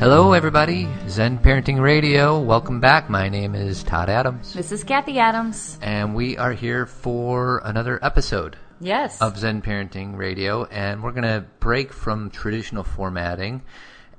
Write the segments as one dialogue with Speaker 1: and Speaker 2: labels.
Speaker 1: Hello, everybody. Zen Parenting Radio. Welcome back. My name is Todd Adams,
Speaker 2: This is Kathy Adams.
Speaker 1: and we are here for another episode
Speaker 2: Yes.
Speaker 1: of Zen Parenting Radio, and we're going to break from traditional formatting,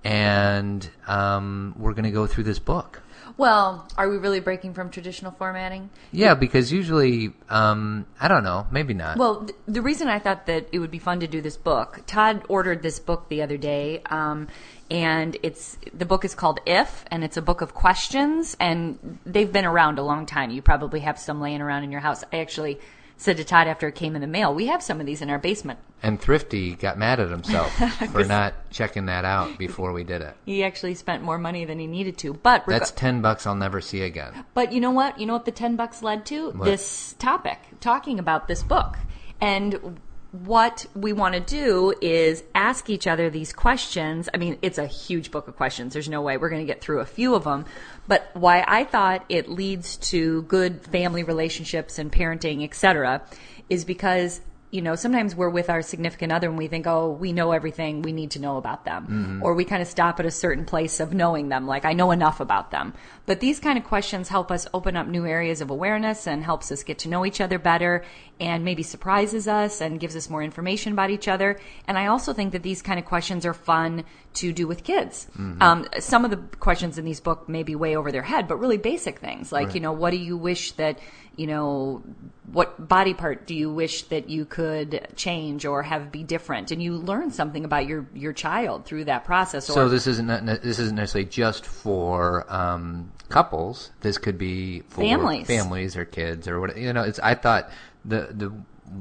Speaker 1: and um, we're going to go through this book.
Speaker 2: well, are we really breaking from traditional formatting?
Speaker 1: Yeah, because usually, um, I don't know, maybe not.
Speaker 2: Well, th- the reason I thought that it would be fun to do this book, Todd ordered this book the other day, um, and it's the book is called If, and it's a book of questions, and they've been around a long time. You probably have some laying around in your house. I actually said to Todd after it came in the mail, we have some of these in our basement.
Speaker 1: and Thrifty got mad at himself for not checking that out before we did it.
Speaker 2: He actually spent more money than he needed to, but reg-
Speaker 1: That's 10 bucks I'll never see again.
Speaker 2: But you know what? You know what the 10 bucks led to? This topic, talking about this book. And what we want to do is ask each other these questions. I mean, it's a huge book of questions. There's no way we're going to get through a few of them. But why I thought it leads to good family relationships and parenting, etc., is because you know, sometimes we're with our significant other and we think, oh, we know everything we need to know about them. Or we kind of stop at a certain place of knowing them, like, I know enough about them. But these kind of questions help us open up new areas of awareness and helps us get to know each other better and maybe surprises us and gives us more information about each other. And I also think that these kind of questions are fun to do with kids. Um, some of the questions in these books may be way over their head, but really basic things like, you know, what do you wish that, you know, what body part do you wish that you could change or have be different and you learn something about your your child through that process or
Speaker 1: So this isn't ne- this isn't necessarily just for um, couples. This could be for
Speaker 2: Families.
Speaker 1: families or kids or what you know. It's I thought the the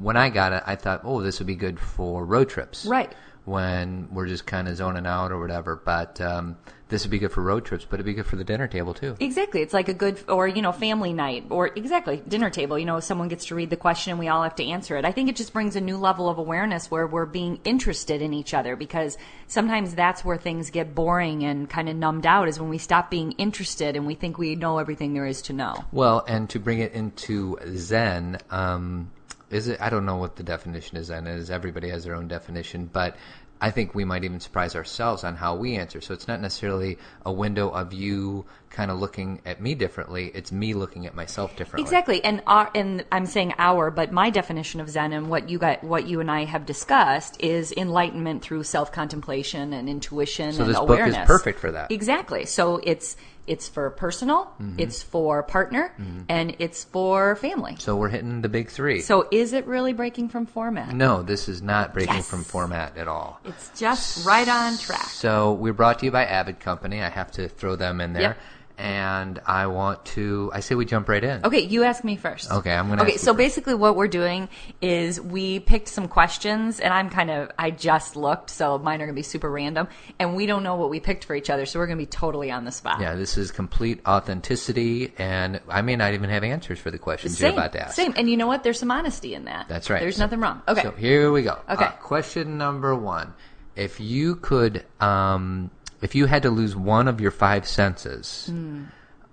Speaker 1: when I got it, I thought, oh, this would be good for road trips,
Speaker 2: Right.
Speaker 1: When we're just kind of zoning out or whatever, but um, this would be good for road trips, but it'd be good for the dinner table too.
Speaker 2: Exactly. It's like a good, or, you know, family night, or exactly, dinner table. You know, someone gets to read the question and we all have to answer it. I think it just brings a new level of awareness where we're being interested in each other because sometimes that's where things get boring and kind of numbed out is when we stop being interested and we think we know everything there is to know.
Speaker 1: Well, and to bring it into Zen, um, is it? I don't know what the definition of Zen is. Everybody has their own definition, but I think we might even surprise ourselves on how we answer. So it's not necessarily a window of you kind of looking at me differently. It's me looking at myself differently.
Speaker 2: Exactly, and our, and I'm saying our, but my definition of Zen and what you got, what you and I have discussed is enlightenment through self contemplation and intuition
Speaker 1: So
Speaker 2: and
Speaker 1: this book
Speaker 2: awareness.
Speaker 1: is perfect for that.
Speaker 2: Exactly. So it's it's for personal,
Speaker 1: Mm-hmm.
Speaker 2: it's for partner, and it's for family.
Speaker 1: So we're hitting the big three.
Speaker 2: So is it really breaking from format?
Speaker 1: no, this is not breaking
Speaker 2: Yes.
Speaker 1: from format at all.
Speaker 2: It's just right on track.
Speaker 1: So we're brought to you by Avid Company. I have to throw them in there.
Speaker 2: Yep.
Speaker 1: And I want to. I say we jump right in.
Speaker 2: Okay, you ask me first.
Speaker 1: Okay, I'm gonna
Speaker 2: Okay,
Speaker 1: ask you
Speaker 2: so basically, what we're doing is we picked some questions, and I'm kind of I just looked, so mine are gonna be super random, and we don't know what we picked for each other, so we're gonna be totally on the spot.
Speaker 1: Yeah, this is complete authenticity, and I may not even have answers for the questions
Speaker 2: same,
Speaker 1: you're about to ask.
Speaker 2: same, and you know what? There's some honesty in that.
Speaker 1: That's right.
Speaker 2: There's
Speaker 1: So-
Speaker 2: nothing wrong. Okay,
Speaker 1: So here we go.
Speaker 2: Okay.
Speaker 1: Uh, question number one: If you could, um, if you had to lose one of your five senses,
Speaker 2: Hmm.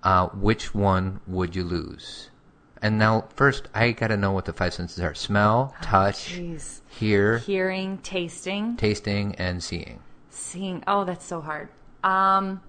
Speaker 1: uh, which one would you lose? And now, first, I got to know what the five senses are: smell, touch,
Speaker 2: Oh, jeez.
Speaker 1: hear,
Speaker 2: hearing, tasting,
Speaker 1: tasting, and seeing.
Speaker 2: seeing. Oh, that's so hard. Um,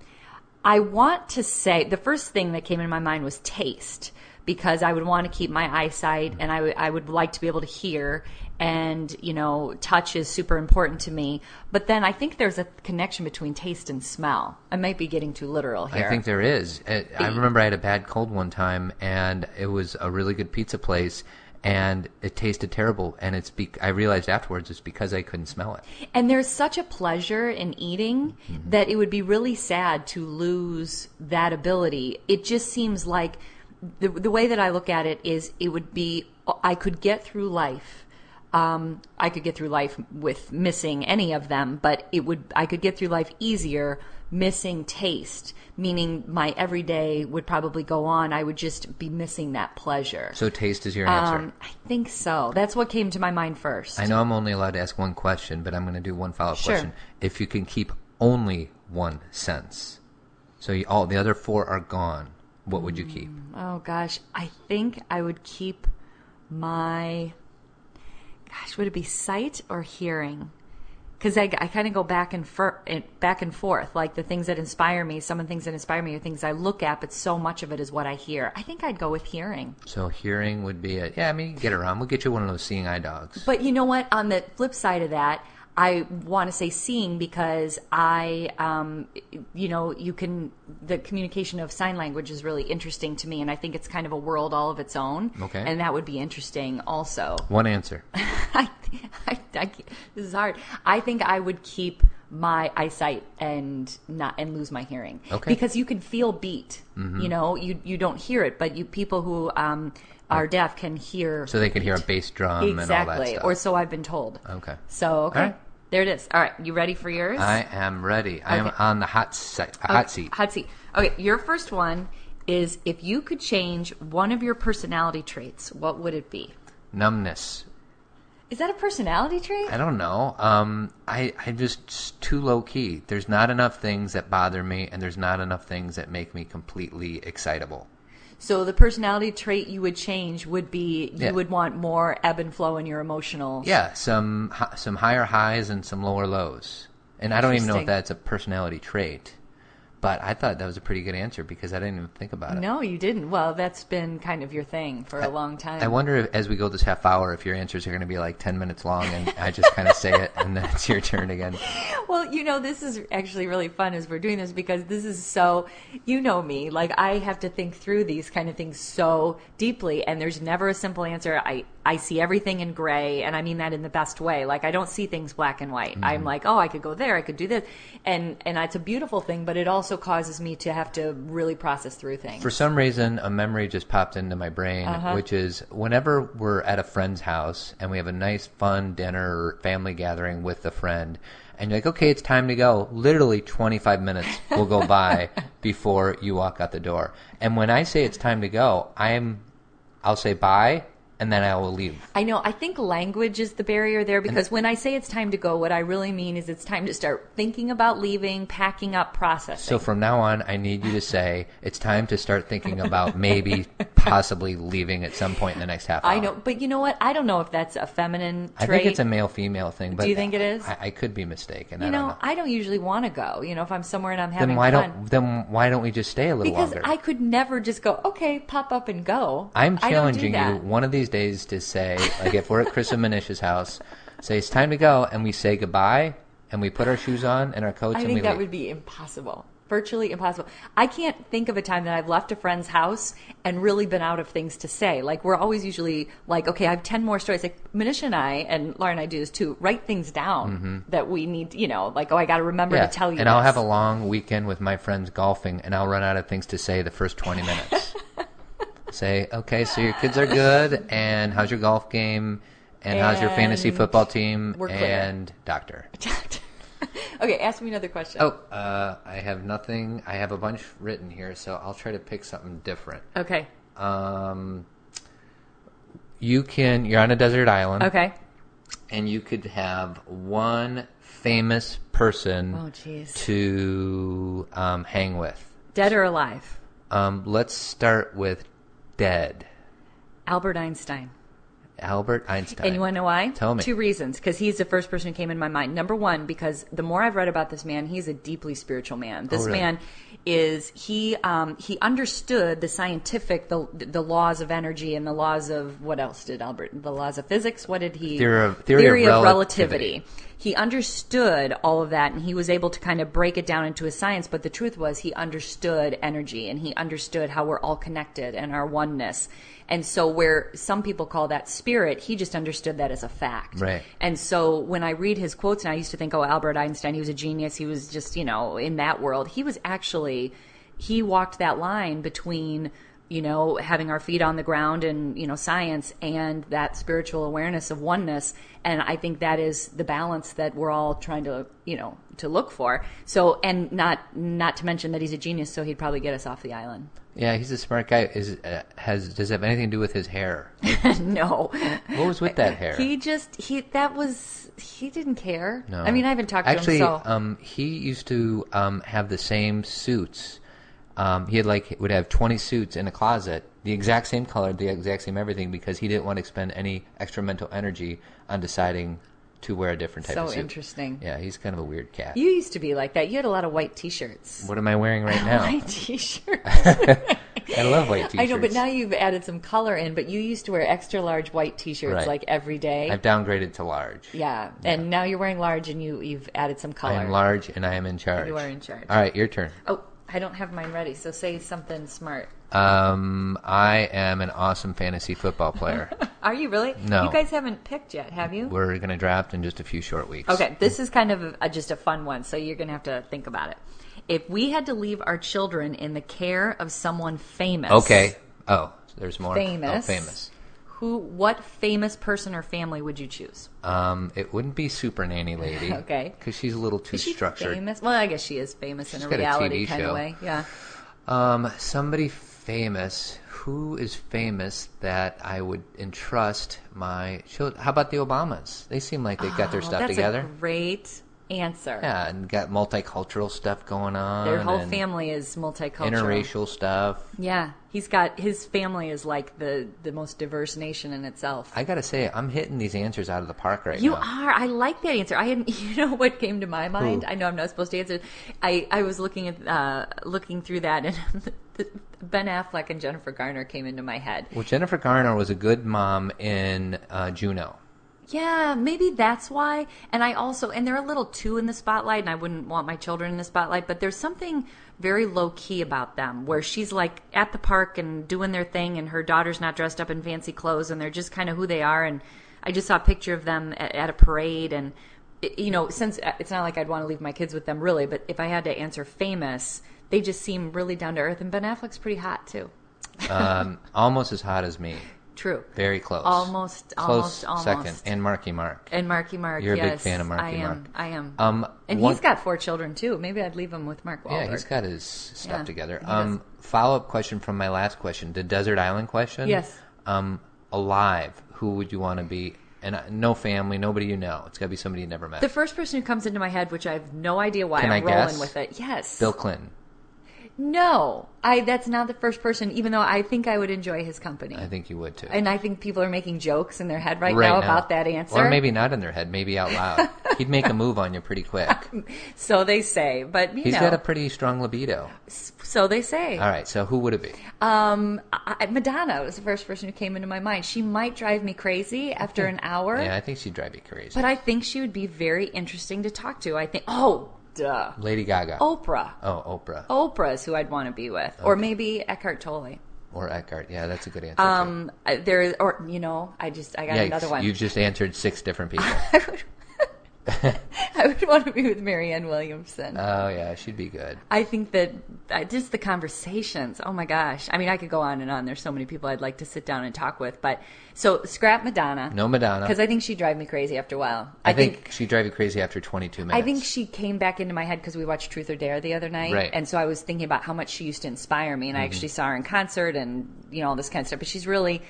Speaker 2: I want to say the first thing that came in my mind was taste because I would want to keep my eyesight and I would- I would like to be able to hear and you know touch is super important to me but then I think there's a connection between taste and smell. I might be getting too literal here.
Speaker 1: I think there is. I, I remember I had a bad cold one time, and it was a really good pizza place, and it tasted terrible. And it's be- I realized afterwards it's because I couldn't smell it.
Speaker 2: And there's such a pleasure in eating that it would be really sad to lose that ability. It just seems like the, the way that I look at it is it would be, I could get through life. Um, I could get through life with missing any of them, but it would, I could get through life easier missing taste, meaning my everyday would probably go on. I would just be missing that pleasure.
Speaker 1: So taste is your answer.
Speaker 2: Um, I think so. That's what came to my mind first.
Speaker 1: I know I'm only allowed to ask one question, but I'm going to do one follow-up
Speaker 2: Sure.
Speaker 1: question. If you can keep only one sense, so you, all the other four are gone, what would you keep?
Speaker 2: Oh gosh, I think I would keep my gosh, would it be sight or hearing? because I, I kind of go back and, fur, and back and forth. Like the things that inspire me, some of the things that inspire me are things I look at, but so much of it is what I hear. I think I'd go with hearing.
Speaker 1: So hearing would be it. Yeah, I mean, you can get around. We'll get you one of those seeing eye dogs.
Speaker 2: But you know what? On the flip side of that, I want to say seeing because I, um, you know, you can, the communication of sign language is really interesting to me, and I think it's kind of a world all of its own.
Speaker 1: Okay.
Speaker 2: And that would be interesting also.
Speaker 1: One answer.
Speaker 2: I, I, I, this is hard. I think I would keep my eyesight and not and lose my hearing
Speaker 1: Okay. Mm-hmm.
Speaker 2: because you can feel beat. You know, you you don't hear it, but you people who um, are deaf can hear
Speaker 1: So they could hear a bass drum and all that
Speaker 2: exactly,
Speaker 1: stuff.
Speaker 2: or so I've been told.
Speaker 1: okay.
Speaker 2: So okay,
Speaker 1: All right.
Speaker 2: there it is. All right, you ready for yours?
Speaker 1: I am ready. I am
Speaker 2: Okay.
Speaker 1: on the hot seat. Hot seat.
Speaker 2: Hot seat. Okay, your first one is if you could change one of your personality traits, what would it be?
Speaker 1: Numbness.
Speaker 2: Is that a personality trait?
Speaker 1: I don't know. Um, I I just it's too low key. There's not enough things that bother me, and there's not enough things that make me completely excitable.
Speaker 2: So the personality trait you would change would be you
Speaker 1: Yeah.
Speaker 2: would want more ebb and flow in your emotional.
Speaker 1: Yeah, some hi- some higher highs and some lower lows. And I don't even know if
Speaker 2: Interesting.
Speaker 1: that's a personality trait, but I thought that was a pretty good answer because I didn't even think about it.
Speaker 2: No, you didn't. Well, that's been kind of your thing for a long time.
Speaker 1: I wonder if, as we go this half hour if your answers are going to be like 10 minutes long and I just kind of say it and then it's your turn again.
Speaker 2: Well, you know, this is actually really fun as we're doing this because this is so, you know me, like I have to think through these kind of things so deeply and there's never a simple answer. I, I see everything in gray and I mean that in the best way. Like I don't see things black and white. I'm like, oh, I could go there. I could do this. And, and it's a beautiful thing, but it also causes me to have to really process through things.
Speaker 1: For some reason, a memory just popped into my brain,
Speaker 2: Uh-huh.
Speaker 1: which is whenever we're at a friend's house and we have a nice, fun dinner or family gathering with a friend, and you're like, okay, it's time to go. Literally 25 minutes will go by before you walk out the door. And when I say it's time to go, I'm, I'll say bye, and then I will leave.
Speaker 2: I know. I think language is the barrier there because when I say it's time to go, what I really mean is it's time to start thinking about leaving, packing up, processing.
Speaker 1: So from now on, I need you to say it's time to start thinking about maybe, possibly leaving at some point in the next half hour.
Speaker 2: I know, but you know what? I don't know if that's a feminine
Speaker 1: I
Speaker 2: trait.
Speaker 1: think it's a male female thing. But
Speaker 2: you think it is?
Speaker 1: I, I could be mistaken. I
Speaker 2: you
Speaker 1: don't
Speaker 2: know,
Speaker 1: know.
Speaker 2: I don't usually want to go. You know, if I'm somewhere and I'm having
Speaker 1: Then why
Speaker 2: fun,
Speaker 1: don't then why don't we just stay a little
Speaker 2: because
Speaker 1: longer?
Speaker 2: I could never just go. Okay, pop up and go.
Speaker 1: am
Speaker 2: I don't do
Speaker 1: challenging you
Speaker 2: that.
Speaker 1: one of these days to say like if we're at Chris and Manish's house, say it's time to go, and we say goodbye, and we put our shoes on and our coats,
Speaker 2: I
Speaker 1: and we
Speaker 2: think that
Speaker 1: leave.
Speaker 2: would be impossible. Virtually impossible. I can't think of a time that I've left a friend's house and really been out of things to say. Like we're always usually like, okay, I have ten more stories. Like Manisha and I and Laura and I do this too. Write things down that we need. You know, like oh, I got to remember
Speaker 1: Mm-hmm. yeah.
Speaker 2: to tell you.
Speaker 1: and I'll
Speaker 2: this.
Speaker 1: have a long weekend with my friends golfing, and I'll run out of things to say the first twenty minutes. say okay, so your kids are good, and how's your golf game, and, how's your fantasy
Speaker 2: And
Speaker 1: football team,
Speaker 2: we're clear.
Speaker 1: and doctor.
Speaker 2: okay, ask me another question.
Speaker 1: Oh, uh, I have nothing. I have a bunch written here, so I'll try to pick something different.
Speaker 2: Okay.
Speaker 1: Um, you can. You're on a desert island,
Speaker 2: Okay.
Speaker 1: and you could have one famous person
Speaker 2: Oh, jeez.
Speaker 1: to um, hang with.
Speaker 2: Dead or alive?
Speaker 1: Um, let's start with dead
Speaker 2: Albert Einstein.
Speaker 1: Albert Einstein.
Speaker 2: And you want to know why?
Speaker 1: Tell me.
Speaker 2: Two reasons. Because he's the first person who came in my mind. Number one, because the more I've read about this man, he's a deeply spiritual man. This
Speaker 1: Oh, really?
Speaker 2: man is he um, he understood the scientific the the laws of energy and the laws of what else did Albert the laws of physics? What did he
Speaker 1: Theory of- theory of relativity.
Speaker 2: He understood all of that and he was able to kind of break it down into his science. But the truth was, he understood energy and he understood how we're all connected and our oneness. And so, where some people call that spirit, he just understood that as a fact.
Speaker 1: Right.
Speaker 2: And so, when I read his quotes, and I used to think, oh, Albert Einstein, he was a genius. He was just, you know, in that world. He was actually, he walked that line between. You know, having our feet on the ground and, you know, science and that spiritual awareness of oneness. And I think that is the balance that we're all trying to, you know, to look for. So, and not, not to mention that he's a genius, so he'd probably get us off the island.
Speaker 1: yeah, he's a smart guy. Is uh, has does it have anything to do with his hair?
Speaker 2: no.
Speaker 1: What was with that hair?
Speaker 2: He just he that was he didn't care.
Speaker 1: No.
Speaker 2: I mean, I haven't talked
Speaker 1: Actually,
Speaker 2: to him so.
Speaker 1: um, he used to um, have the same suits. Um, he had like would have twenty suits in a closet, the exact same color, the exact same everything, because he didn't want to expend any extra mental energy on deciding to wear a different type
Speaker 2: So
Speaker 1: of suit.
Speaker 2: interesting.
Speaker 1: Yeah, he's kind of a weird cat.
Speaker 2: You used to be like that. You had a lot of white T-shirts.
Speaker 1: what am I wearing right now?
Speaker 2: White T-shirts.
Speaker 1: I love white t-shirts.
Speaker 2: I know, but now you've added some color in. But you used to wear extra large white T-shirts
Speaker 1: Right.
Speaker 2: like every day.
Speaker 1: I've downgraded to large.
Speaker 2: yeah, and now you're wearing large, and you you've added some color.
Speaker 1: I am large Uh, and I am in charge.
Speaker 2: You are in charge.
Speaker 1: All right, your turn.
Speaker 2: Oh, I don't have mine ready. So say something smart.
Speaker 1: Um, I am an awesome fantasy football player.
Speaker 2: Are you really?
Speaker 1: No.
Speaker 2: You guys haven't picked yet, have you?
Speaker 1: We're going to draft in just a few short weeks.
Speaker 2: Okay, this is kind of a, just a fun one, so you're going to have to think about it. If we had to leave our children in the care of someone famous,
Speaker 1: Okay. Oh, there's more.
Speaker 2: Famous.
Speaker 1: Oh, famous.
Speaker 2: who, what famous person or family would you choose?
Speaker 1: Um, it wouldn't be Super Nanny Lady.
Speaker 2: Okay.
Speaker 1: Because she's a little too
Speaker 2: Is she
Speaker 1: structured.
Speaker 2: famous? Well, I guess she is famous in a
Speaker 1: got a
Speaker 2: reality
Speaker 1: TV
Speaker 2: kind
Speaker 1: show.
Speaker 2: of way. Yeah,
Speaker 1: Um, somebody famous. Who is famous that I would entrust my children? How about the Obamas? They seem like they've got their
Speaker 2: Oh,
Speaker 1: stuff
Speaker 2: that's
Speaker 1: together.
Speaker 2: A great answer.
Speaker 1: yeah, and got multicultural stuff going on.
Speaker 2: Their whole
Speaker 1: and
Speaker 2: family is multicultural.
Speaker 1: Interracial stuff.
Speaker 2: Yeah, he's got his family is like the the most diverse nation in itself.
Speaker 1: I gotta say, I'm hitting these answers out of the park right
Speaker 2: You
Speaker 1: now.
Speaker 2: are. I like that answer. I hadn't. You know what came to my mind?
Speaker 1: Who?
Speaker 2: I know I'm not supposed to answer. I I was looking at uh, looking through that, and Ben Affleck and Jennifer Garner came into my head.
Speaker 1: Well, Jennifer Garner was a good mom in uh, Juno.
Speaker 2: Yeah, maybe that's why. And I also and they're a little too in the spotlight, and I wouldn't want my children in the spotlight. But there's something very low key about them, where she's like at the park and doing their thing, and her daughter's not dressed up in fancy clothes, and they're just kind of who they are. And I just saw a picture of them at, at a parade, and it- you know, since uh, it's not like I'd want to leave my kids with them really, but if I had to answer famous, they just seem really down to earth. And Ben Affleck's pretty hot too.
Speaker 1: Um, almost as hot as me.
Speaker 2: True.
Speaker 1: Very close.
Speaker 2: Almost,
Speaker 1: Close
Speaker 2: almost, almost.
Speaker 1: second. And Marky Mark.
Speaker 2: And Marky Mark,
Speaker 1: You're a big
Speaker 2: yes,
Speaker 1: fan of Marky
Speaker 2: I am.
Speaker 1: Mark.
Speaker 2: I am.
Speaker 1: Um,
Speaker 2: and
Speaker 1: one-
Speaker 2: he's got four children too. Maybe I'd leave him with Mark Wahlberg.
Speaker 1: Yeah, he's got his stuff
Speaker 2: Yeah,
Speaker 1: together.
Speaker 2: he does.
Speaker 1: Um, follow up question from my last question, the desert island question.
Speaker 2: Yes.
Speaker 1: Um, alive, who would you want to be? And uh, no family, nobody you know. It's got to be somebody you never met.
Speaker 2: the first person who comes into my head, which I have no idea why
Speaker 1: Can
Speaker 2: I'm
Speaker 1: I
Speaker 2: rolling
Speaker 1: guess?
Speaker 2: with it. Yes.
Speaker 1: Bill Clinton.
Speaker 2: No, I. That's not the first person. Even though I think I would enjoy his company,
Speaker 1: I think you would too.
Speaker 2: and I think people are making jokes in their head right,
Speaker 1: Right
Speaker 2: now, about that answer.
Speaker 1: Or maybe not in their head, maybe out loud. He'd make a move on you pretty quick.
Speaker 2: so they say, but you
Speaker 1: He's
Speaker 2: know,
Speaker 1: got a pretty strong libido.
Speaker 2: so they say.
Speaker 1: All right, so who would it be?
Speaker 2: Um, I, I- Madonna was the first person who came into my mind. She might drive me crazy after an hour.
Speaker 1: Yeah, I think she'd drive you crazy.
Speaker 2: But I think she would be very interesting to talk to. I think, oh, duh.
Speaker 1: Lady Gaga.
Speaker 2: Oprah.
Speaker 1: Oh, Oprah.
Speaker 2: Oprah is who I'd want to be with. Or maybe Eckhart Tolle.
Speaker 1: Or Eckhart. Yeah, that's a good answer. too.
Speaker 2: Um, I- there, or, you know, I just, I got
Speaker 1: Yikes,
Speaker 2: another one.
Speaker 1: You've just answered six different people.
Speaker 2: I would want to be with Marianne Williamson.
Speaker 1: oh, yeah, she'd be good.
Speaker 2: I think that uh, just the conversations. Oh my gosh. I mean, I could go on and on. There's so many people I'd like to sit down and talk with. But so scrap Madonna.
Speaker 1: No Madonna.
Speaker 2: Because I think she'd drive me crazy after a while.
Speaker 1: I, think, she'd drive you crazy after 22 minutes.
Speaker 2: I think she came back into my head because we watched Truth or Dare the other night,
Speaker 1: Right. Mm-hmm.
Speaker 2: and so I was thinking about how much she used to inspire me, and I actually saw her in concert, and you know all this kind of stuff. But she's really,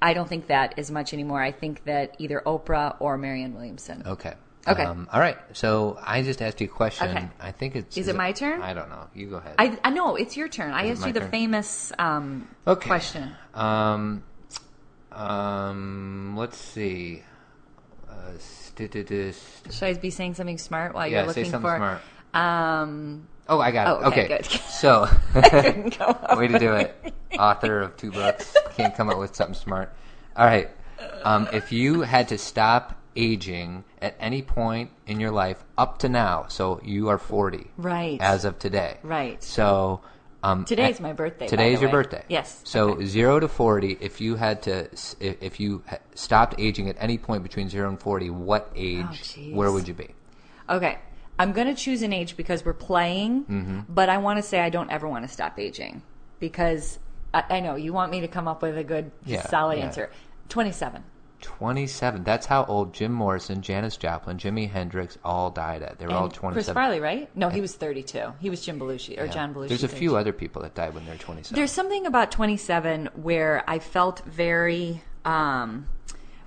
Speaker 2: I don't think that as much anymore. I think that either Oprah or Marianne Williamson.
Speaker 1: Okay. Um,
Speaker 2: Okay.
Speaker 1: all right. So I just asked you a question.
Speaker 2: Okay.
Speaker 1: I think it's.
Speaker 2: Is it my turn?
Speaker 1: I don't know. You go ahead.
Speaker 2: I, I know it's your turn. I asked
Speaker 1: my
Speaker 2: you the
Speaker 1: turn?
Speaker 2: famous um,
Speaker 1: Okay.
Speaker 2: question.
Speaker 1: Um, um, let's see. Uh, st- st- st- st-
Speaker 2: Should I be saying something smart while
Speaker 1: yeah,
Speaker 2: you're
Speaker 1: say
Speaker 2: looking
Speaker 1: something
Speaker 2: for?
Speaker 1: smart.
Speaker 2: Um,
Speaker 1: Oh, I got it.
Speaker 2: Oh, okay, good.
Speaker 1: So,
Speaker 2: couldn't come up.
Speaker 1: way to do it. Author of two books can't come up with something smart. All right. Um, if you had to stop aging at any point in your life up to now, so you are 40
Speaker 2: Right.
Speaker 1: as of today.
Speaker 2: Right.
Speaker 1: So, um,
Speaker 2: Today's
Speaker 1: a-
Speaker 2: my birthday, by
Speaker 1: Today's
Speaker 2: the
Speaker 1: your
Speaker 2: way.
Speaker 1: birthday.
Speaker 2: Yes.
Speaker 1: So zero to forty. If you had to, s- if if you ha- stopped aging at any point between zero and forty, what age?
Speaker 2: Oh, jeez.
Speaker 1: where would you be?
Speaker 2: Okay. I'm going to choose an age because we're playing,
Speaker 1: Mm-hmm.
Speaker 2: but I want to say I don't ever want to stop aging because I, I know you want me to come up with a good,
Speaker 1: Yeah,
Speaker 2: solid
Speaker 1: yeah.
Speaker 2: answer. 27.
Speaker 1: Twenty-seven. That's how old Jim Morrison, Janis Joplin, Jimi Hendrix all died at. They were all
Speaker 2: And
Speaker 1: twenty-seven.
Speaker 2: Chris Farley, right? No, he was 32. He was Jim Belushi or
Speaker 1: Yeah.
Speaker 2: John Belushi.
Speaker 1: There's a few other people that died when they were twenty-seven.
Speaker 2: There's something about 27 where I felt very. Um,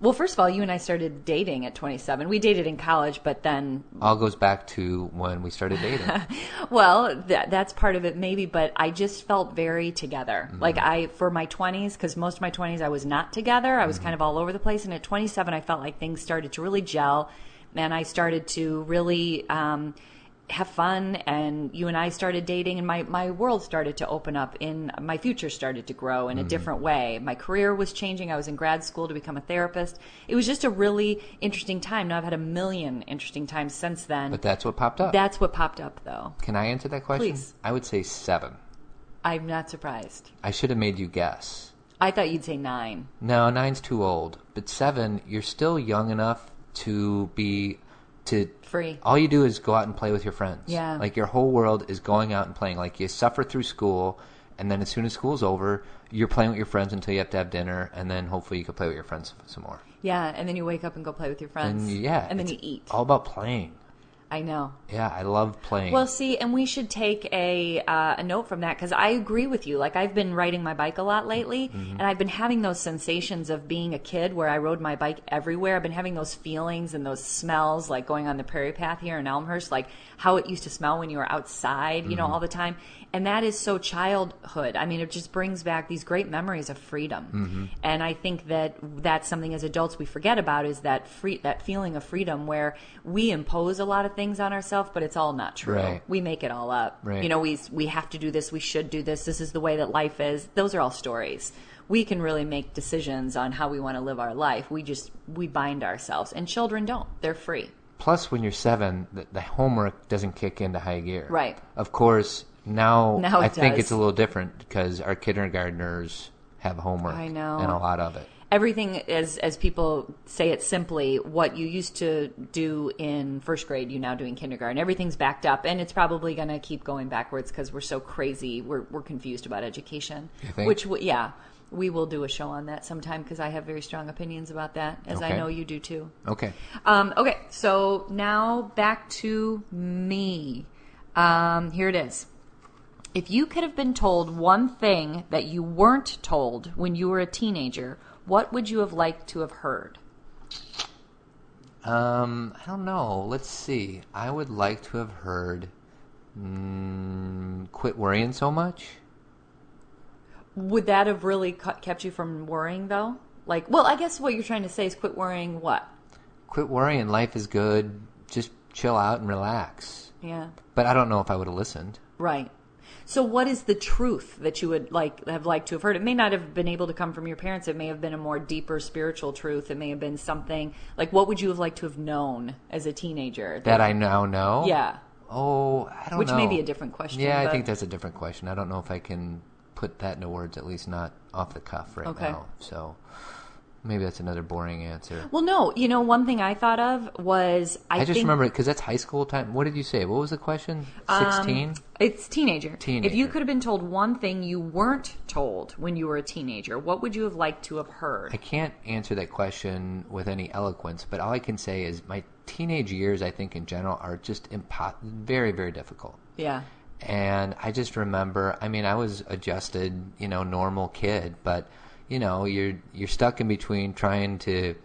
Speaker 2: Well, first of all, you and I started dating at 27. We dated in college, but then,
Speaker 1: All goes back to when we started dating.
Speaker 2: well, that, that's part of it maybe, but I just felt very together. Like I, for my 20s, because most of my 20s I was not together, I was kind of all over the place. And at 27, I felt like things started to really gel and I started to really, um, have fun and you and I started dating and my, my world started to open up in my future started to grow in a different way. My career was changing. I was in grad school to become a therapist. It was just a really interesting time. Now I've had a million interesting times since then.
Speaker 1: but that's what popped up.
Speaker 2: That's what popped up though.
Speaker 1: Can I answer that question?
Speaker 2: Please.
Speaker 1: I would say seven.
Speaker 2: I'm not surprised.
Speaker 1: I should have made you guess.
Speaker 2: I thought you'd say nine.
Speaker 1: No, nine's too old. But seven, you're still young enough to be to
Speaker 2: Free.
Speaker 1: all you do is go out and play with your friends.
Speaker 2: Yeah.
Speaker 1: Like your whole world is going out and playing. Like you suffer through school and then as soon as school's over, you're playing with your friends until you have to have dinner and then hopefully you can play with your friends some more.
Speaker 2: Yeah, and then you wake up and go play with your friends.
Speaker 1: And yeah.
Speaker 2: And then
Speaker 1: it's
Speaker 2: you eat.
Speaker 1: All about playing.
Speaker 2: I know.
Speaker 1: Yeah, I love playing.
Speaker 2: Well, see, and we should take a uh, a note from that because I agree with you. Like I've been riding my bike a lot lately, and I've been having those sensations of being a kid where I rode my bike everywhere. I've been having those feelings and those smells, like going on the prairie path here in Elmhurst, like how it used to smell when you were outside, you know, all the time. And that is so childhood. I mean, it just brings back these great memories of freedom. And I think that that's something as adults we forget about is that free that feeling of freedom where we impose a lot of things on ourselves, but it's all not true.
Speaker 1: Right.
Speaker 2: We make it all up.
Speaker 1: Right.
Speaker 2: You know, we we have to do this. We should do this. This is the way that life is. Those are all stories. We can really make decisions on how we want to live our life. We just we bind ourselves, and children don't. They're free.
Speaker 1: Plus, when you're seven, the, the homework doesn't kick into high gear.
Speaker 2: Right.
Speaker 1: Of course, now,
Speaker 2: Now
Speaker 1: I
Speaker 2: it
Speaker 1: think
Speaker 2: does.
Speaker 1: it's a little different because our kindergartners have homework.
Speaker 2: I know.
Speaker 1: And a lot of it.
Speaker 2: everything as as people say it simply what you used to do in first grade you now do in kindergarten everything's backed up and it's probably going to keep going backwards because we're so crazy we're, we're confused about education
Speaker 1: think?
Speaker 2: which w- yeah we will do a show on that sometime because i have very strong opinions about that as i
Speaker 1: Okay.
Speaker 2: know you do too
Speaker 1: Okay.
Speaker 2: um, okay so now back to me um, here it is if you could have been told one thing that you weren't told when you were a teenager, what would you have liked to have heard?
Speaker 1: Um, I don't know. Let's see. I would like to have heard mm, quit worrying so much.
Speaker 2: Would that have really cu- kept you from worrying, though? Like, well, I guess what you're trying to say is quit worrying what?
Speaker 1: Quit worrying. Life is good. Just chill out and relax.
Speaker 2: Yeah.
Speaker 1: But I don't know if I would have listened.
Speaker 2: Right. So, what is the truth that you would like have liked to have heard? It may not have been able to come from your parents. It may have been a more deeper spiritual truth. It may have been something like what would you have liked to have known as a teenager?
Speaker 1: That I now know.
Speaker 2: yeah,
Speaker 1: Oh, I don't
Speaker 2: which
Speaker 1: know.
Speaker 2: may be a different question.
Speaker 1: Yeah, I
Speaker 2: but-
Speaker 1: think that's a different question. I don't know if I can put that into words, at least not off the cuff right
Speaker 2: Okay.
Speaker 1: now. So maybe that's another boring answer.
Speaker 2: Well, no, you know, one thing I thought of was I,
Speaker 1: I, just
Speaker 2: think
Speaker 1: remember it because that's high school time. What did you say? What was the question?
Speaker 2: Um,
Speaker 1: 16?
Speaker 2: it's teenager. If you
Speaker 1: Teenager.
Speaker 2: could have been told one thing you weren't told when you were a teenager, what would you have liked to have heard?
Speaker 1: I can't answer that question with any eloquence, but all I can say is my teenage years, I think in general, are just impo- very, very difficult.
Speaker 2: yeah,
Speaker 1: and I just remember. I mean, I was adjusted, you know, normal kid, but you know, you're you're stuck in between trying to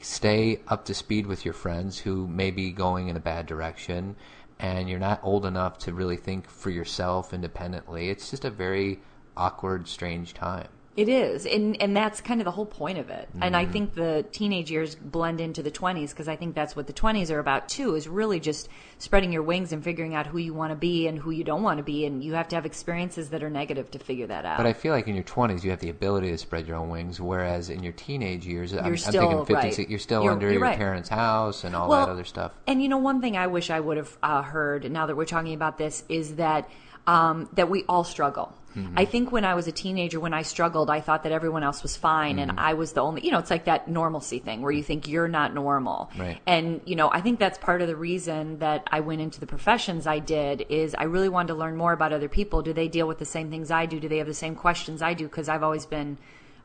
Speaker 1: stay up to speed with your friends who may be going in a bad direction, and you're not old enough to really think for yourself independently. It's just a very awkward, strange time.
Speaker 2: it is, and and that's kind of the whole point of it. And I think the teenage years blend into the twenties because I think that's what the twenties are about too. Is really just spreading your wings and figuring out who you want to be and who you don't want to be, and you have to have experiences that are negative to figure that out.
Speaker 1: But I feel like in your 20s you have the ability to spread your own wings, whereas in your teenage years, I'm, I'm
Speaker 2: still-
Speaker 1: thinking 50,
Speaker 2: right.
Speaker 1: si- you're still
Speaker 2: You're-
Speaker 1: under
Speaker 2: you're
Speaker 1: your
Speaker 2: right.
Speaker 1: parents' house and all that other stuff.
Speaker 2: And you know, one thing I wish I would have uh, heard now that we're talking about this is that um, that we all struggle.
Speaker 1: Mm-hmm.
Speaker 2: I think when I was a teenager, when I struggled, I thought that everyone else was fine
Speaker 1: Mm-hmm.
Speaker 2: and I was the only. You know, it's like that normalcy thing where you think you're not normal.
Speaker 1: Right.
Speaker 2: And you know, I think that's part of the reason that I went into the professions I did is I really wanted to learn more about other people. Do they deal with the same things I do? Do they have the same questions I do? Because I've always been,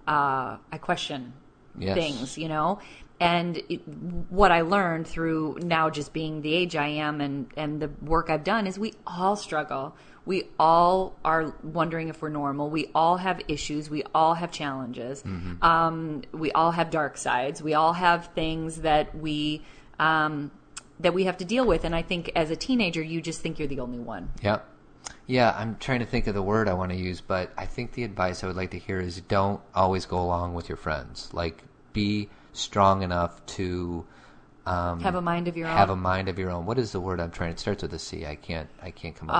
Speaker 2: uh, I question
Speaker 1: Yes.
Speaker 2: things, you know? And it, what I learned through now just being the age I am and, and the work I've done is we all struggle. We all are wondering if we're normal. We all have issues. We all have challenges.
Speaker 1: Mm-hmm.
Speaker 2: Um, we all have dark sides. We all have things that we um, that we have to deal with. And I think as a teenager, you just think you're the only one.
Speaker 1: Yeah. Yeah, I'm trying to think of the word I want to use, but I think the advice I would like to hear is don't always go along with your friends. Like, be strong enough to um,
Speaker 2: Have a mind of your
Speaker 1: have a
Speaker 2: own.
Speaker 1: mind of your own. What is the word I'm trying? It starts with a C. I can't. I can't come up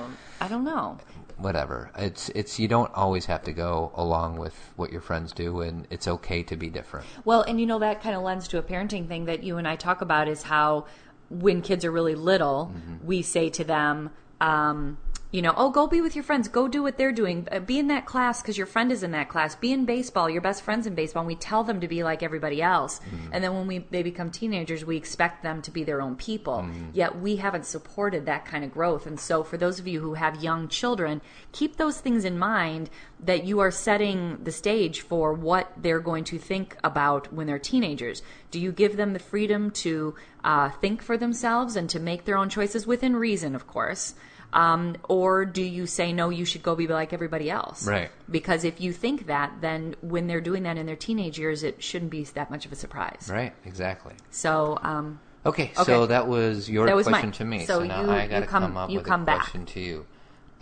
Speaker 1: with
Speaker 2: Um, I don't know.
Speaker 1: it. But whatever. It's it's you don't always have to go along with what your friends do, and it's okay to be different.
Speaker 2: Well, and you know that kind of lends to a parenting thing that you and I talk about is how when kids are really little, we say to them, um, you know, oh, go be with your friends, go do what they're doing, Uh, be in that class because your friend is in that class, be in baseball, your best friend's in baseball. And we tell them to be like everybody else, and then when we they become teenagers, we expect them to be their own people. Yet we haven't supported that kind of growth, and so for those of you who have young children, keep those things in mind that you are setting the stage for what they're going to think about when they're teenagers. Do you give them the freedom to uh, think for themselves and to make their own choices within reason, of course? Um, or do you say, no, you should go be like everybody else?
Speaker 1: Right.
Speaker 2: Because if you think that, then when they're doing that in their teenage years, it shouldn't be that much of a surprise.
Speaker 1: Right. Exactly.
Speaker 2: So, um,
Speaker 1: Okay,
Speaker 2: Okay.
Speaker 1: so that was your
Speaker 2: That was
Speaker 1: question
Speaker 2: mine.
Speaker 1: to me.
Speaker 2: So
Speaker 1: So, now
Speaker 2: you-
Speaker 1: I
Speaker 2: you
Speaker 1: got to
Speaker 2: come-
Speaker 1: come, up
Speaker 2: you
Speaker 1: with
Speaker 2: come
Speaker 1: a
Speaker 2: back.
Speaker 1: question to you.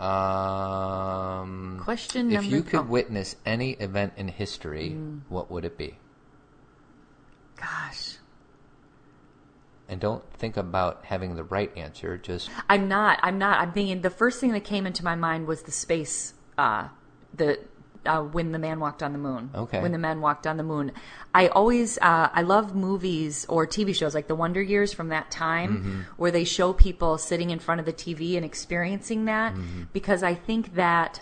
Speaker 1: Um,
Speaker 2: Question
Speaker 1: If
Speaker 2: number-
Speaker 1: you could
Speaker 2: oh. Hmm.
Speaker 1: witness any event in history, what would it be?
Speaker 2: gosh.
Speaker 1: And don't think about having the right answer. Just
Speaker 2: I'm not. I'm not. I'm thinking the first thing that came into my mind was the space, uh, the uh, when the man walked on the moon.
Speaker 1: Okay.
Speaker 2: When the men walked on the moon. I always, uh, I love movies or TV shows like The Wonder Years from that time,
Speaker 1: Mm-hmm.
Speaker 2: where they show people sitting in front of the TV and experiencing that,
Speaker 1: Mm-hmm.
Speaker 2: because I think that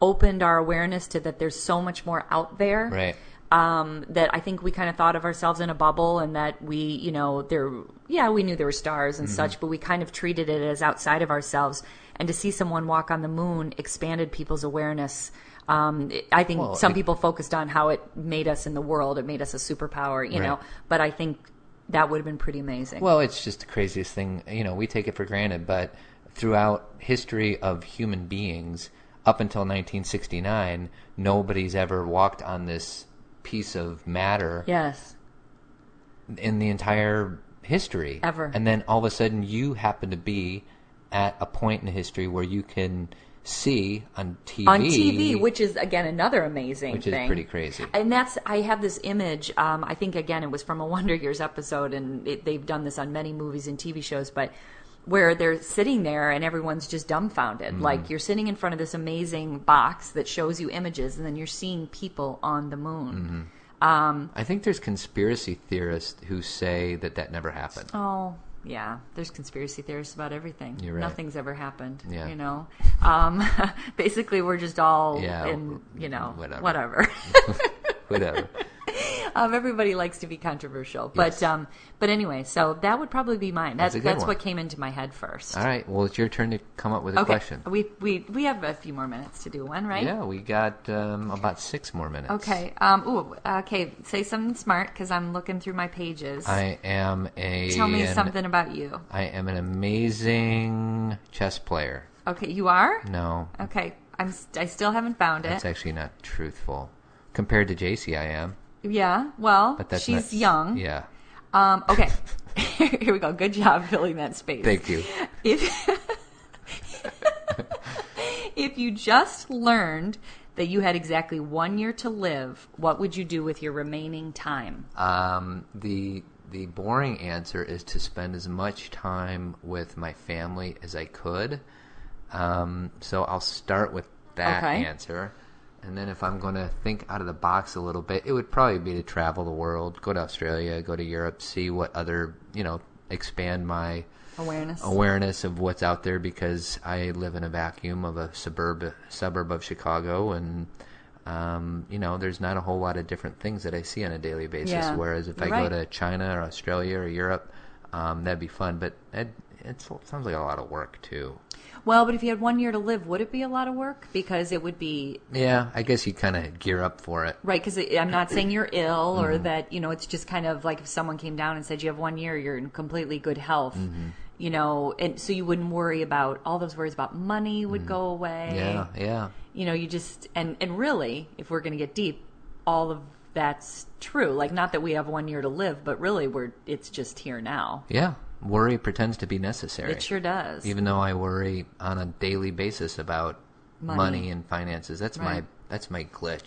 Speaker 2: opened our awareness to that there's so much more out there
Speaker 1: right.
Speaker 2: um, that I think we kind of thought of ourselves in a bubble and that we, you know, there, yeah, we knew there were stars
Speaker 1: Mm-hmm.
Speaker 2: and such, but we kind of treated it as outside of ourselves. And to see someone walk on the moon expanded people's awareness. Um, it- I think
Speaker 1: Well,
Speaker 2: some
Speaker 1: it-
Speaker 2: people focused on how it made us in the world, it made us a superpower, you
Speaker 1: Right.
Speaker 2: know, but I think that would have been pretty amazing.
Speaker 1: Well, it's just the craziest thing. You know, we take it for granted, but throughout history of human beings, up until 1969, nobody's ever walked on this piece of matter
Speaker 2: yes.
Speaker 1: in the entire history
Speaker 2: Ever.
Speaker 1: And then all of a sudden, you happen to be at a point in history where you can see on TV,
Speaker 2: On TV, which is again another amazing
Speaker 1: E which is
Speaker 2: thing.
Speaker 1: pretty crazy.
Speaker 2: And that's I have this image. Um, I think again it was from a Wonder Years episode, and it, they've done this on many movies and TV shows, but where they're sitting there and everyone's just dumbfounded.
Speaker 1: Mm-hmm.
Speaker 2: Like you're sitting in front of this amazing box that shows you images, and then you're seeing people on the moon.
Speaker 1: I think there's conspiracy theorists who say that that never happened.
Speaker 2: Oh. Yeah, there's conspiracy theorists about everything.
Speaker 1: Mm-hmm. You're right.
Speaker 2: Nothing's ever happened.
Speaker 1: Yeah.
Speaker 2: You know, um, basically we're just all
Speaker 1: Yeah,
Speaker 2: in. You know,
Speaker 1: whatever.
Speaker 2: whatever.
Speaker 1: Whatever.
Speaker 2: Um, everybody likes to be controversial, but
Speaker 1: Yes.
Speaker 2: um, but anyway, so that would probably be mine. That's
Speaker 1: That's a
Speaker 2: that's,
Speaker 1: good one.
Speaker 2: what came into my head first.
Speaker 1: All right. Well, it's your turn to come up with a
Speaker 2: okay,
Speaker 1: question.
Speaker 2: we we we have a few more minutes to do one, right?
Speaker 1: Yeah, we got um, about six more minutes.
Speaker 2: Okay. Um. Ooh. Okay. Say something smart because I'm looking through my pages.
Speaker 1: I am a.
Speaker 2: Tell me
Speaker 1: an-
Speaker 2: something about you.
Speaker 1: I am an amazing chess player.
Speaker 2: Okay. You are.
Speaker 1: No,
Speaker 2: Okay. I'm. s- I still haven't found it.
Speaker 1: that's actually not truthful. Compared to JC, I am.
Speaker 2: yeah. Well,
Speaker 1: But that's not-
Speaker 2: she's young.
Speaker 1: Yeah.
Speaker 2: Um. Okay. Here we go. Good job filling that space.
Speaker 1: Thank you.
Speaker 2: if if you just learned that you had exactly one year to live, what would you do with your remaining time?
Speaker 1: Um, the the boring answer is to spend as much time with my family as I could. Um, so I'll start with that
Speaker 2: Okay.
Speaker 1: answer, and then if I'm going to think out of the box a little bit, it would probably be to travel the world, go to Australia, go to Europe, see what other you know, expand my
Speaker 2: Awareness.
Speaker 1: awareness of what's out there because I live in a vacuum of a suburb suburb of Chicago, and um, you know, there's not a whole lot of different things that I see on a daily basis.
Speaker 2: Yeah,
Speaker 1: Whereas if
Speaker 2: you're
Speaker 1: I
Speaker 2: right.
Speaker 1: go to China or Australia or Europe, um, that'd be fun. But I'd, it sounds like a lot of work too.
Speaker 2: Well, but if you had one year to live, would it be a lot of work? Because it would be
Speaker 1: Yeah, I guess you kind of gear up for it.
Speaker 2: right. Because I'm not saying you're ill or that you know. It's just kind of like if someone came down and said you have one year, you're in completely good health. You know, and so you wouldn't worry about all those worries about money would go away.
Speaker 1: Yeah, yeah.
Speaker 2: You know, you just and and really, if we're going to get deep, all of that's true. Like not that we have one year to live, but really, we're it's just here now.
Speaker 1: Yeah. Worry pretends to be necessary.
Speaker 2: It sure does.
Speaker 1: Even though I worry on a daily basis about money,
Speaker 2: Money.
Speaker 1: and finances. That's my
Speaker 2: Right.
Speaker 1: that's my glitch.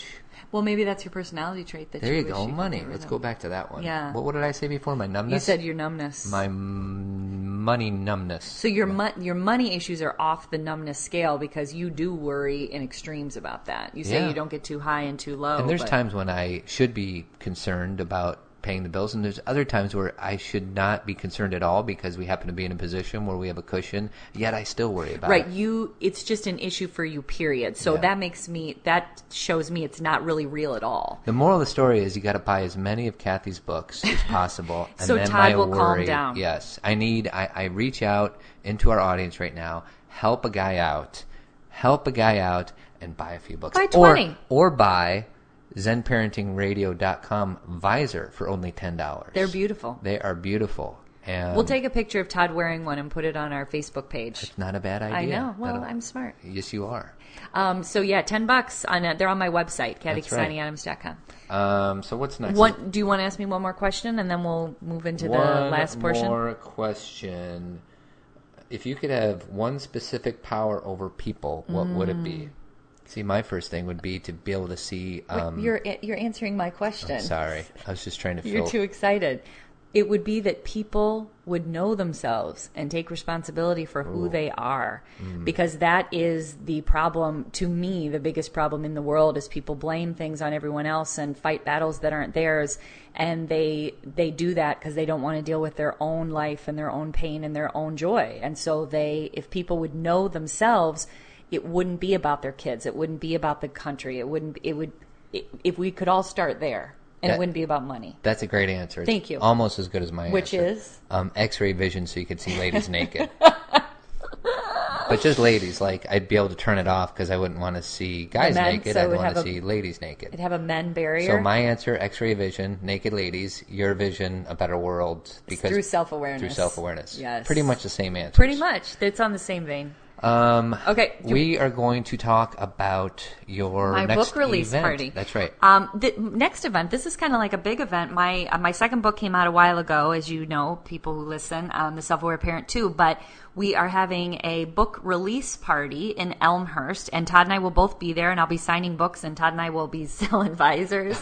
Speaker 2: Well, maybe that's your personality trait. That
Speaker 1: There you
Speaker 2: wish
Speaker 1: go,
Speaker 2: could
Speaker 1: money.
Speaker 2: get rid
Speaker 1: Let's
Speaker 2: of.
Speaker 1: go back to that one.
Speaker 2: Yeah.
Speaker 1: What, what did I say before? My
Speaker 2: You
Speaker 1: numbness.
Speaker 2: said your numbness.
Speaker 1: my m- money numbness.
Speaker 2: so your mon- your money issues are off the numbness scale because you do worry in extremes about that. You say
Speaker 1: Yeah.
Speaker 2: you don't get too high and too low.
Speaker 1: and there's
Speaker 2: but-
Speaker 1: times when I should be concerned about paying the bills, and there's other times where I should not be concerned at all because we happen to be in a position where we have a cushion. Yet I still worry about
Speaker 2: Right,
Speaker 1: it.
Speaker 2: you it's just an issue for you period. So
Speaker 1: Yeah.
Speaker 2: that makes me that shows me it's not really real at all.
Speaker 1: The moral of the story is you got to buy as many of Kathy's books as possible, and
Speaker 2: So
Speaker 1: then
Speaker 2: Todd
Speaker 1: my
Speaker 2: will calm
Speaker 1: worry.
Speaker 2: down.
Speaker 1: Yes, I need. I, I reach out into our audience right now. Help a guy out. Help a guy out and buy a few books.
Speaker 2: Buy
Speaker 1: Or-
Speaker 2: 20.
Speaker 1: or, buy ZenParentingRadio.com visor for only ten dollars.
Speaker 2: They're beautiful.
Speaker 1: They are beautiful, and
Speaker 2: We'll take a picture of Todd wearing one and put it on our Facebook page.
Speaker 1: it's not a bad idea.
Speaker 2: I know.
Speaker 1: Not
Speaker 2: Well,
Speaker 1: a-
Speaker 2: I'm smart.
Speaker 1: Yes, you are.
Speaker 2: Um, so yeah, ten bucks on uh they're on my website,
Speaker 1: That's right.
Speaker 2: CathyCastaniAdams.com.
Speaker 1: Um, so what's next?
Speaker 2: What do you want to ask me one more question and then we'll move into the
Speaker 1: one
Speaker 2: last portion?
Speaker 1: more question. If you could have one specific power over people, what would it
Speaker 2: Mm.
Speaker 1: be? See, my first thing would be to be able to see. Um,
Speaker 2: you're you're answering my question.
Speaker 1: sorry, I was just trying to
Speaker 2: You're
Speaker 1: fill.
Speaker 2: too excited. It would be that people would know themselves and take responsibility for who they are.
Speaker 1: Mm.
Speaker 2: Because that is the problem, to me, the biggest problem in the world is people blame things on everyone else and fight battles that aren't theirs. And they, they do that because they don't want to deal with their own life and their own pain and their own joy. And so they, if people would know themselves, it wouldn't be about their kids. It wouldn't be about the country. It wouldn't, it would, it, if we could all start there and
Speaker 1: That-
Speaker 2: it wouldn't be about money.
Speaker 1: That's a great answer. It's
Speaker 2: Thank you.
Speaker 1: Almost as good as my
Speaker 2: Which
Speaker 1: answer.
Speaker 2: is?
Speaker 1: um, X-ray vision, so you could see ladies naked. But just ladies, like I'd be able to turn it off because I wouldn't want to see guys
Speaker 2: men,
Speaker 1: naked.
Speaker 2: so it
Speaker 1: I'd
Speaker 2: would
Speaker 1: want
Speaker 2: have
Speaker 1: to
Speaker 2: a-
Speaker 1: see ladies naked.
Speaker 2: It'd have a men barrier
Speaker 1: So my answer: X-ray vision, naked ladies. Your vision, a better world. Because
Speaker 2: through self awareness.
Speaker 1: through self awareness.
Speaker 2: Yes.
Speaker 1: Pretty much the same answer.
Speaker 2: Pretty much. It's on the same vein.
Speaker 1: Um,
Speaker 2: Okay. do-
Speaker 1: we are going to talk about your
Speaker 2: my
Speaker 1: next
Speaker 2: book release
Speaker 1: event.
Speaker 2: party.
Speaker 1: That's right.
Speaker 2: Um, the next event. This is kind of like a big event. My uh, my second book came out a while ago, as you know, people who listen, um, the Self Aware Parent too. But we are having a book release party in Elmhurst, and Todd and I will both be there, and I'll be signing books, and Todd and I will be selling visors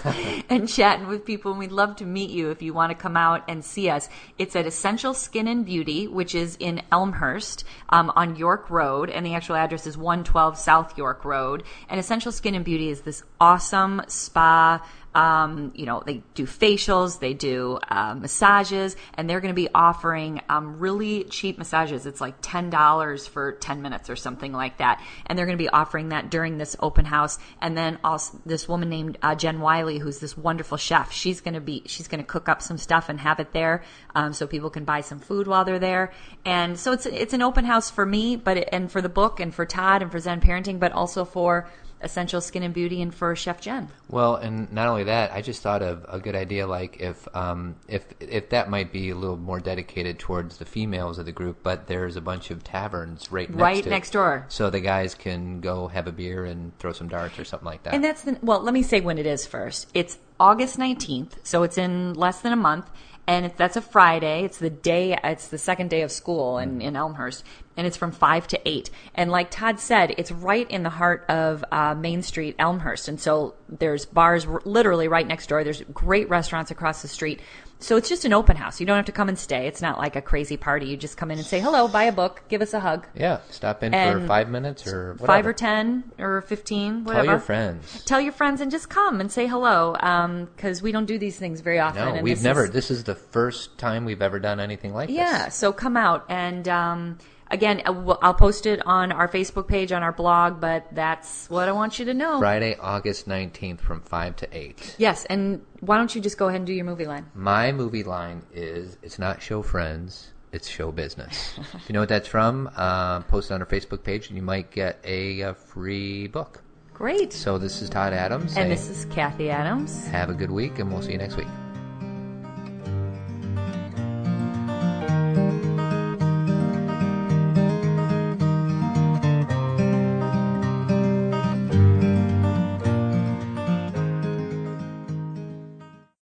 Speaker 2: and chatting with people. And we'd love to meet you if you want to come out and see us. It's at Essential Skin and Beauty, which is in Elmhurst um, on York Road, and the actual address is 112 South York Road. And Essential Skin and Beauty is this awesome spa. Um, you know, they do facials, they do uh, massages, and they're going to be offering um, really cheap massages. It's like $10 for 10 minutes or something like that. And they're going to be offering that during this open house. And then also this woman named uh, Jen Wiley, who's this wonderful chef, she's going to be, she's going to cook up some stuff and have it there um, so people can buy some food while they're there. And so it's, it's an open house for me, but, it, and for the book and for Todd and for Zen Parenting, but also for Essential Skin and Beauty and for Chef Jen.
Speaker 1: Well, and not only that, I just thought of a good idea. Like if um, if if that might be a little more dedicated towards the females of the group, but there's a bunch of taverns right next
Speaker 2: Right
Speaker 1: to it.
Speaker 2: next door.
Speaker 1: so the guys can go have a beer and throw some darts or something like that.
Speaker 2: And that's the well. Let me say when it is first. It's August nineteenth, so it's in less than a month, and it, that's a Friday. It's the day. It's the second day of school
Speaker 1: Mm.
Speaker 2: in, in Elmhurst, and it's from five to eight. And like Todd said, it's right in the heart of uh, Main Street, Elmhurst, and so there's bars r- literally right next door. There's great restaurants across the street. So it's just an open house. You don't have to come and stay. It's not like a crazy party. You just come in and say hello, buy a book, give us a hug.
Speaker 1: yeah, stop in for
Speaker 2: And
Speaker 1: five minutes or whatever.
Speaker 2: Five or ten or fifteen,
Speaker 1: Tell
Speaker 2: whatever
Speaker 1: your friends.
Speaker 2: tell your friends and just come and say hello because we don't do these things very often.
Speaker 1: No,
Speaker 2: and
Speaker 1: we've
Speaker 2: this
Speaker 1: never.
Speaker 2: is-
Speaker 1: this is the first time we've ever done anything like this.
Speaker 2: yeah, so come out and um, again, I will- I'll post it on our Facebook page on our blog, but that's what I want you to know.
Speaker 1: Friday, August 19th from 5 to 8.
Speaker 2: Yes, and why don't you just go ahead and do your movie line?
Speaker 1: My movie line is It's Not Show Friends, it's show business. if you know what that's from, uh, post it on our Facebook page, and you might get a, uh free book.
Speaker 2: Great.
Speaker 1: So this is Todd Adams. saying
Speaker 2: and this is Kathy Adams.
Speaker 1: have a good week, and we'll see you next week.